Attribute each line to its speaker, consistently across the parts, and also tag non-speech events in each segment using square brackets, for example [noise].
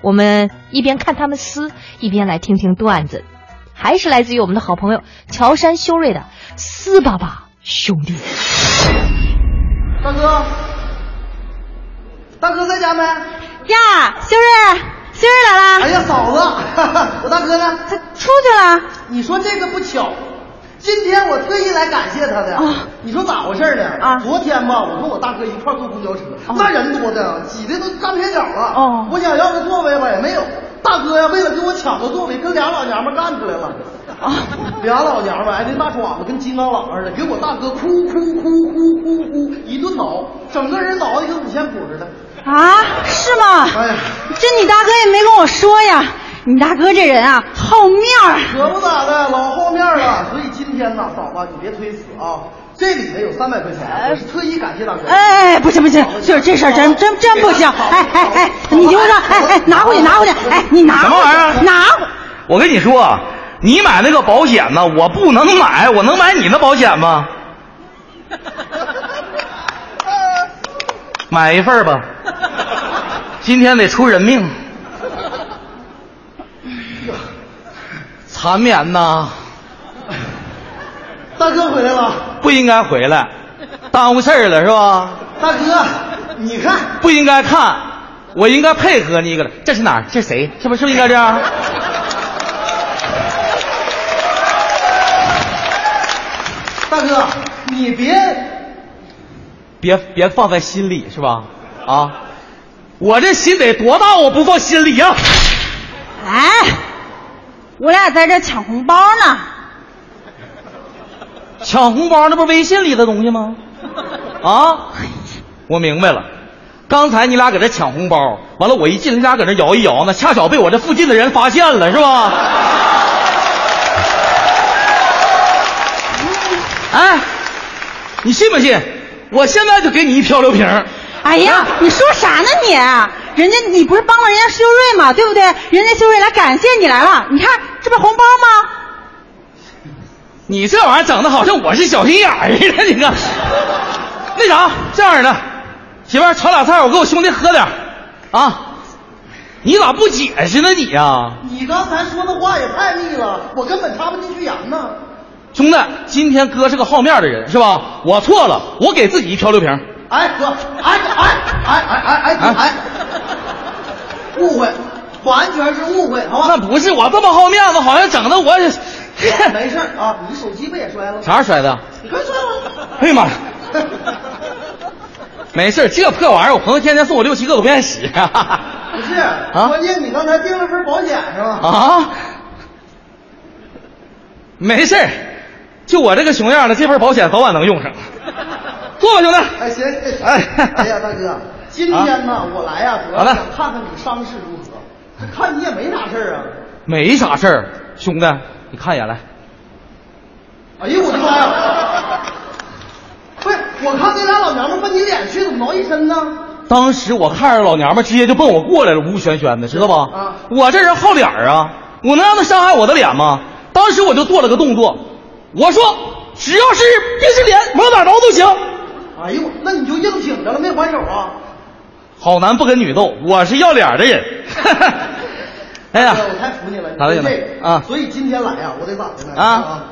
Speaker 1: 我们一边看他们撕，一边来听听段子，还是来自于我们的好朋友乔杉修睿的《撕吧吧兄弟》。
Speaker 2: 大哥，大哥在家没？
Speaker 3: 呀，修睿，修睿来了。
Speaker 2: 哎呀，嫂子，哈哈我大哥呢？
Speaker 3: 他出去了。
Speaker 2: 你说这个不巧，今天我特意来感谢他的。
Speaker 3: 啊
Speaker 2: 你说咋回事呢？
Speaker 3: 啊
Speaker 2: 昨天吧，我跟我大哥一块儿坐公交车，那人多的，挤的都站不下脚了。
Speaker 3: 哦
Speaker 2: 我想要个座位吧，也没有。大哥呀，为了给我抢个座位，跟俩老娘们儿干起来了。
Speaker 3: 啊，
Speaker 2: [laughs] 俩老娘们儿，哎，那大爪子跟金刚狼似的，给我大哥哭哭哭哭哭哭一顿挠，整个人挠的跟五线谱似的。
Speaker 3: 啊，是吗？
Speaker 2: 哎呀，
Speaker 3: 这你大哥也没跟我说呀。你大哥这人啊，好面儿。
Speaker 2: 可不咋的，老好面了。所以今天呐，嫂子，你别推辞啊，这里头有三百块钱，我是特意感谢大哥。
Speaker 3: 哎，不行不行，就是这事儿真真真不行。哎哎哎，你就让哎哎拿回去拿回去，哎你拿
Speaker 4: 什么玩意
Speaker 3: 回
Speaker 4: 儿
Speaker 3: 去拿回。
Speaker 4: 我跟你说啊，你买那个保险呢，我不能买，我能买你的保险吗？买一份儿吧，今天得出人命。缠绵呐，
Speaker 2: 大哥回来了，
Speaker 4: 不应该回来，耽误事儿了是吧？
Speaker 2: 大哥，你看，
Speaker 4: 不应该看，我应该配合你一个。这是哪儿？这是谁？是不是是不是应该这样？
Speaker 2: 大哥，你别，
Speaker 4: 别别放在心里是吧？啊，我这心得多大，我不放心里啊！
Speaker 3: 哎，我俩在这抢红包呢。
Speaker 4: 抢红包那不是微信里的东西吗？啊，我明白了，刚才你俩搁这抢红包，完了我一进，你俩搁那摇一摇呢，恰巧被我这附近的人发现了，是吧？哎，你信不信？我现在就给你一漂流瓶儿。
Speaker 3: 哎呀，你说啥呢你？啊人家你不是帮了人家修睿嘛，对不对？人家修睿来感谢你来了，你看这不红包吗？
Speaker 4: 你这玩意儿整的好像我是小心眼儿似的，你看。那啥，这样的，媳妇儿炒俩菜，我给我兄弟喝点儿啊。你咋不解释呢你呀、
Speaker 2: 你刚才说的话也太密了，我根本插不进去眼呢。
Speaker 4: 兄弟，今天哥是个好面儿的人是吧？我错了，我给自己一漂流瓶儿。
Speaker 2: 哎哥，哎哎哎哎哎哎
Speaker 4: 啊
Speaker 2: 哎哎，误会，完全是误会，好啊
Speaker 4: 那
Speaker 2: 吧？
Speaker 4: 不是我这么好面子，好像整的我
Speaker 2: 没事儿啊，你手机不也摔了？
Speaker 4: [laughs] 啥时候摔的？
Speaker 2: 你快摔了！
Speaker 4: 哎
Speaker 2: [laughs]
Speaker 4: 呀妈呀！没事儿，这破玩意儿，我朋友天天送我六七个，我不愿意洗。 [laughs]
Speaker 2: 不是，关键你刚才订了份保险是吧？
Speaker 4: 啊，没事儿就我这个熊样的，这份保险早晚能用上。坐吧，兄弟。
Speaker 2: 哎，行，行
Speaker 4: 哎啊
Speaker 2: 哎呀，大
Speaker 4: [laughs]
Speaker 2: 哥，今天呢，我来呀，主要
Speaker 4: 好嘞
Speaker 2: 想看看你伤势如何，看你也没啥事儿啊。
Speaker 4: 没啥事儿，兄弟，你看一眼来。
Speaker 2: 哎呦，我的妈
Speaker 4: [laughs]
Speaker 2: 呀！不是，我看那俩老娘们奔你脸去，怎么挠一身呢？
Speaker 4: 当时我看着老娘们，直接就奔我过来了，呜呜喧喧的，知道吧？
Speaker 2: 啊
Speaker 4: 我这人好脸儿啊，我能让她伤害我的脸吗？当时我就做了个动作，我说只要是别是脸，往哪儿挠都行。
Speaker 2: 哎呦，那你就硬挺着了，没还手啊？
Speaker 4: 好男不跟女斗，我是要脸儿的人。 [laughs] 哎呀
Speaker 2: 哥，我太服你了，
Speaker 4: 咋的兄弟
Speaker 2: 这个
Speaker 4: 啊
Speaker 2: 所以今天来呀，我得咋的呢？
Speaker 4: 啊，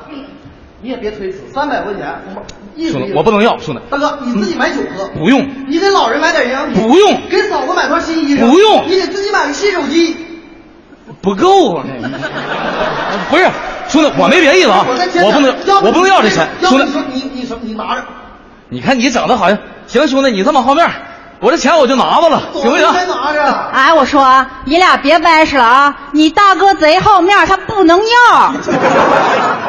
Speaker 2: 你也别推辞，三百块钱，我意思
Speaker 4: 兄弟，我不能要，兄弟，
Speaker 2: 大哥，你自己买酒喝，
Speaker 4: 不用，
Speaker 2: 你给老人买点营养品，
Speaker 4: 不用。
Speaker 2: 给嫂子买套新衣裳，
Speaker 4: 不用
Speaker 2: 你给自己买个新手机。
Speaker 4: 不够啊！不是，兄弟，我没别的意思啊，
Speaker 2: 我在天
Speaker 4: 我不能，
Speaker 2: 要
Speaker 4: 我不能要这钱，
Speaker 2: 要
Speaker 4: 兄
Speaker 2: 不
Speaker 4: 弟
Speaker 2: 你，说你你什么？你拿着，
Speaker 4: 你看你整的好像，行，兄弟，你这么好面儿，我这钱我就拿吧了，行不行
Speaker 2: 我？先拿
Speaker 4: [laughs]
Speaker 2: 着。
Speaker 3: 哎，我说啊，你俩别掰扯了啊！你大哥贼好面儿，他不能要。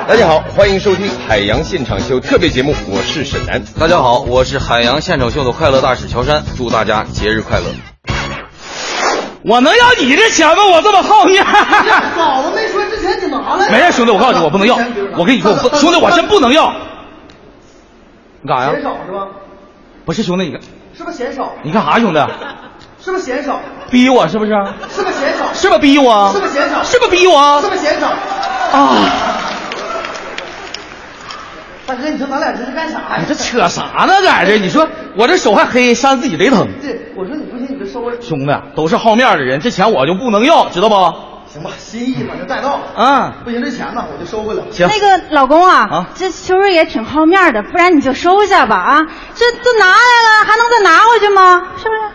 Speaker 5: 大家好，欢迎收听海洋现场秀特别节目，我是沈南。
Speaker 6: 大家好，我是海洋现场秀的快乐大使乔杉，祝大家节日快乐。
Speaker 4: 我能要你这钱吗？我这么好面儿， [laughs]
Speaker 2: 嫂子没说之前你拿来。
Speaker 4: 没事，兄弟，我告诉你，我不能要，我跟你说，我不，兄弟，我真不能要。你干啥
Speaker 2: 嫌
Speaker 4: 呀？
Speaker 2: 少是吧？
Speaker 4: 不是兄弟，你干
Speaker 2: 是不是嫌少？
Speaker 4: 你干啥，兄弟？
Speaker 2: 是不是嫌少？
Speaker 4: 逼我是不是？
Speaker 2: 是不是嫌少？
Speaker 4: 是不是逼我？啊
Speaker 2: 是不是嫌少
Speaker 4: 是不是逼我
Speaker 2: 是？不是嫌少？
Speaker 4: 啊！
Speaker 2: 大哥，你说咱俩这是干啥呀？
Speaker 4: 你这扯啥呢？在这，你说我这手还黑，扇自己贼疼。
Speaker 2: 对，我说你不行，你就收拾。
Speaker 4: 兄弟都是好面儿的人，这钱我就不能要，知道不？
Speaker 2: 行吧，心意嘛就带到。
Speaker 4: 啊，
Speaker 2: 不行，这钱呢我就收回来。
Speaker 4: 行，
Speaker 3: 那个老公啊，
Speaker 4: 啊
Speaker 3: 这秋瑞也挺好面儿的，不然你就收下吧啊！这都拿来了，还能再拿回去吗？是不是？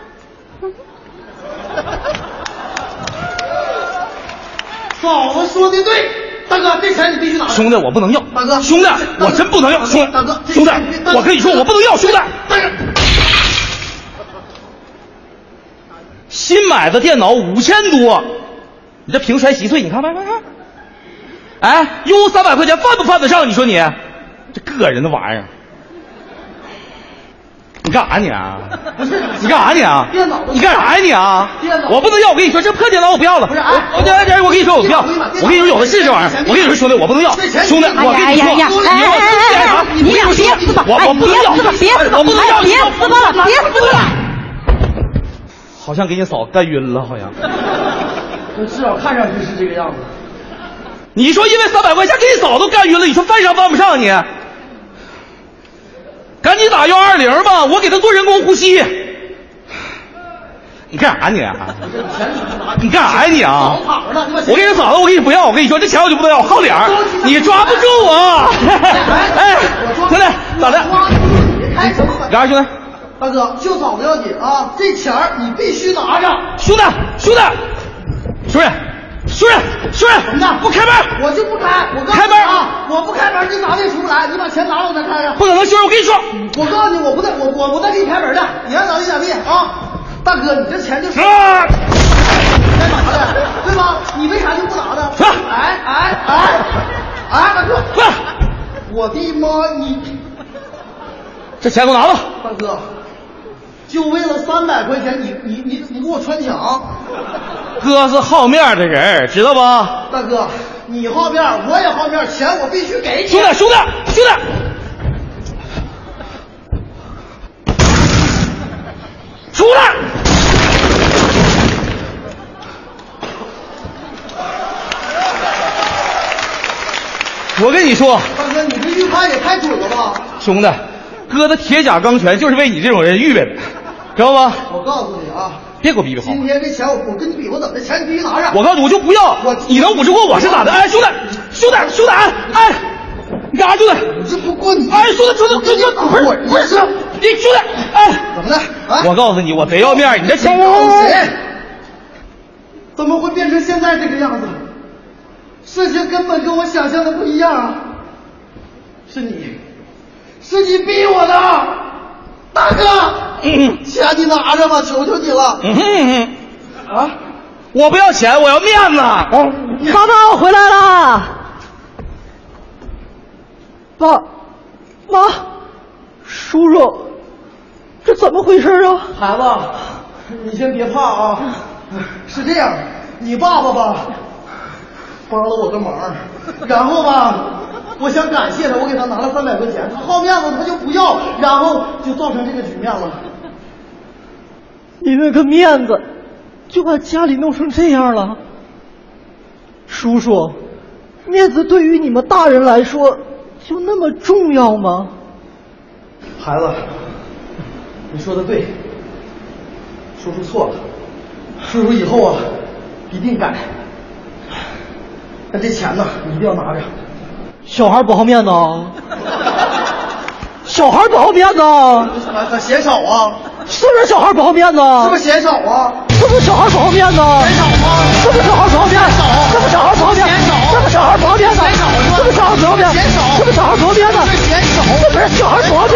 Speaker 2: 嫂子说的对，大哥，这钱你必须拿回来。
Speaker 4: 兄弟我不能要，
Speaker 2: 大哥
Speaker 4: 兄弟
Speaker 2: 大哥
Speaker 4: 我真不能要，
Speaker 2: 大哥
Speaker 4: 兄
Speaker 2: 大哥这这
Speaker 4: 兄弟
Speaker 2: 大，哥
Speaker 4: 我跟你说我不能要，兄弟，
Speaker 2: 大哥，
Speaker 4: 新买的电脑五千多，你这平摔稀碎，你看看看看，哎，优三百块钱犯不犯得上？你说你这个人的玩意儿，你干啥你啊？
Speaker 2: 不是
Speaker 4: 你干啥你啊？
Speaker 2: 电脑
Speaker 4: 你干啥呀你啊？
Speaker 2: 电脑
Speaker 4: 我不能要，我跟你说，这破电脑我不要了。
Speaker 2: 不是
Speaker 3: 啊
Speaker 2: 哎
Speaker 4: 我我这这我跟你说我不要，我跟你说有的是这玩意儿。我跟你说兄弟，我不能要，
Speaker 2: 这钱
Speaker 4: 兄弟，我跟
Speaker 3: 哎
Speaker 4: 你
Speaker 3: 呀
Speaker 4: 说，
Speaker 3: 哎呀
Speaker 4: 我
Speaker 3: 哎呀哎呀哎呀
Speaker 4: 跟你说，
Speaker 3: 别撕吧
Speaker 4: 我我
Speaker 3: 哎
Speaker 4: 不能要，
Speaker 3: 别撕吧别撕吧
Speaker 4: 我不能要，
Speaker 3: 哎别撕吧了别撕吧。
Speaker 4: 好像给你嫂干晕了，
Speaker 2: [laughs]
Speaker 4: 好像。
Speaker 2: 我至少看上去是这个样子。
Speaker 4: 你说因为三百块钱给你嫂都干晕了，你说犯上犯不上你？赶紧打幺二零吧，我给他做人工呼吸。 [sighs] 你干啥你、啊？你干啥呀你啊？
Speaker 2: 跑了，你把
Speaker 4: 我
Speaker 2: 钱
Speaker 4: 跟你嫂子，我给你不要，我跟你说，这钱我就不能要，我好脸儿，你抓不住我。 [laughs] 哎，兄弟，咋的？
Speaker 2: 你开什么玩
Speaker 4: 啥兄弟？
Speaker 2: 大哥，就嫂子要紧啊，这钱儿你必须拿着。
Speaker 4: 兄弟，兄弟，叔人，叔人，叔人，
Speaker 2: 怎么的？
Speaker 4: 不开门，
Speaker 2: 我就不开！我告诉你
Speaker 4: 开门
Speaker 2: 啊！我不开门，你哪里也出不来。你把钱拿了，我再开啊呀。
Speaker 4: 不可能，兄弟，我跟你说，
Speaker 2: 我告诉你，我不带我我不带给你开门的。你爱咋地咋地啊！大哥，你这钱就是
Speaker 4: 啊，
Speaker 2: 该拿的，对吧？你为啥就不拿呢？
Speaker 4: 啊
Speaker 2: 哎哎哎哎，大哥，
Speaker 4: 快，
Speaker 2: 我的妈！你
Speaker 4: 这钱给我拿走。
Speaker 2: 大哥，就为了三百块钱，你你你你给我穿墙！
Speaker 4: 哥是好面儿的人儿，知道吧？
Speaker 2: 大哥，你好面儿，我也好面儿，钱我必须给你
Speaker 4: 兄。弟，兄弟，兄弟！出来！我跟你说，
Speaker 2: 大哥，你这预判也太准了吧！
Speaker 4: 兄弟，哥的铁甲钢拳就是为你这种人预备的，知道吗？
Speaker 2: 我告诉你啊，
Speaker 4: 别给我逼逼好
Speaker 2: 今天这钱我我跟你比，我怎么的钱你必须拿上。
Speaker 4: 我告诉你，我就不要
Speaker 2: 我。
Speaker 4: 你能捂住过我是咋的？哎，兄弟，兄弟，兄弟，哎，哎你干啥，兄弟？
Speaker 2: 这不过你，
Speaker 4: 哎，兄弟，兄弟，
Speaker 2: 跟
Speaker 4: 兄
Speaker 2: 你
Speaker 4: 弟，不是
Speaker 2: 滚，
Speaker 4: 不是，你兄弟，哎。
Speaker 2: 怎么的啊？
Speaker 4: 我告诉你，我贼要面儿，你这
Speaker 7: 哎
Speaker 4: 钱
Speaker 2: 怎么会变成现在这个样子？事情根本跟我想象的不一样啊！是你，是你逼我的，啊大哥，
Speaker 4: 嗯
Speaker 2: 钱你拿着吧，求求你了
Speaker 4: 嗯嗯，
Speaker 2: 啊！
Speaker 4: 我不要钱，我要面
Speaker 7: 啊
Speaker 4: 子。
Speaker 1: 爸爸，我回来了。
Speaker 2: 爸妈，叔叔，这怎么回事啊？孩子，你先别怕啊。
Speaker 7: 嗯
Speaker 2: 是这样，你爸爸吧，帮了我个忙，然后吧，我想感谢他，我给他拿了三百块钱，他好面子，他就不要，然后就造成这个局面了。
Speaker 7: 你那个面子，就把家里弄成这样了。叔叔，面子对于你们大人来说，就那么重要吗？
Speaker 2: 孩子，你说的对，叔叔错了，叔叔以后啊，一定改。但这钱呢，你一定要拿着。
Speaker 7: 小孩不好面子
Speaker 4: [laughs]
Speaker 7: 啊！小孩不好面子啊！
Speaker 2: 可可嫌少啊？
Speaker 7: 是不是小孩不好面子啊？
Speaker 2: 是不是嫌少啊？
Speaker 7: 是不是小孩不好面子啊？
Speaker 2: 嫌少吗？
Speaker 7: 是不是小孩不好面子？是不是小孩不好面子？是不是小孩不好面子？是不是小孩不好面子？是不是小孩不好面子？是不是小孩不好面子？
Speaker 2: 嫌少
Speaker 7: 这不是小孩不好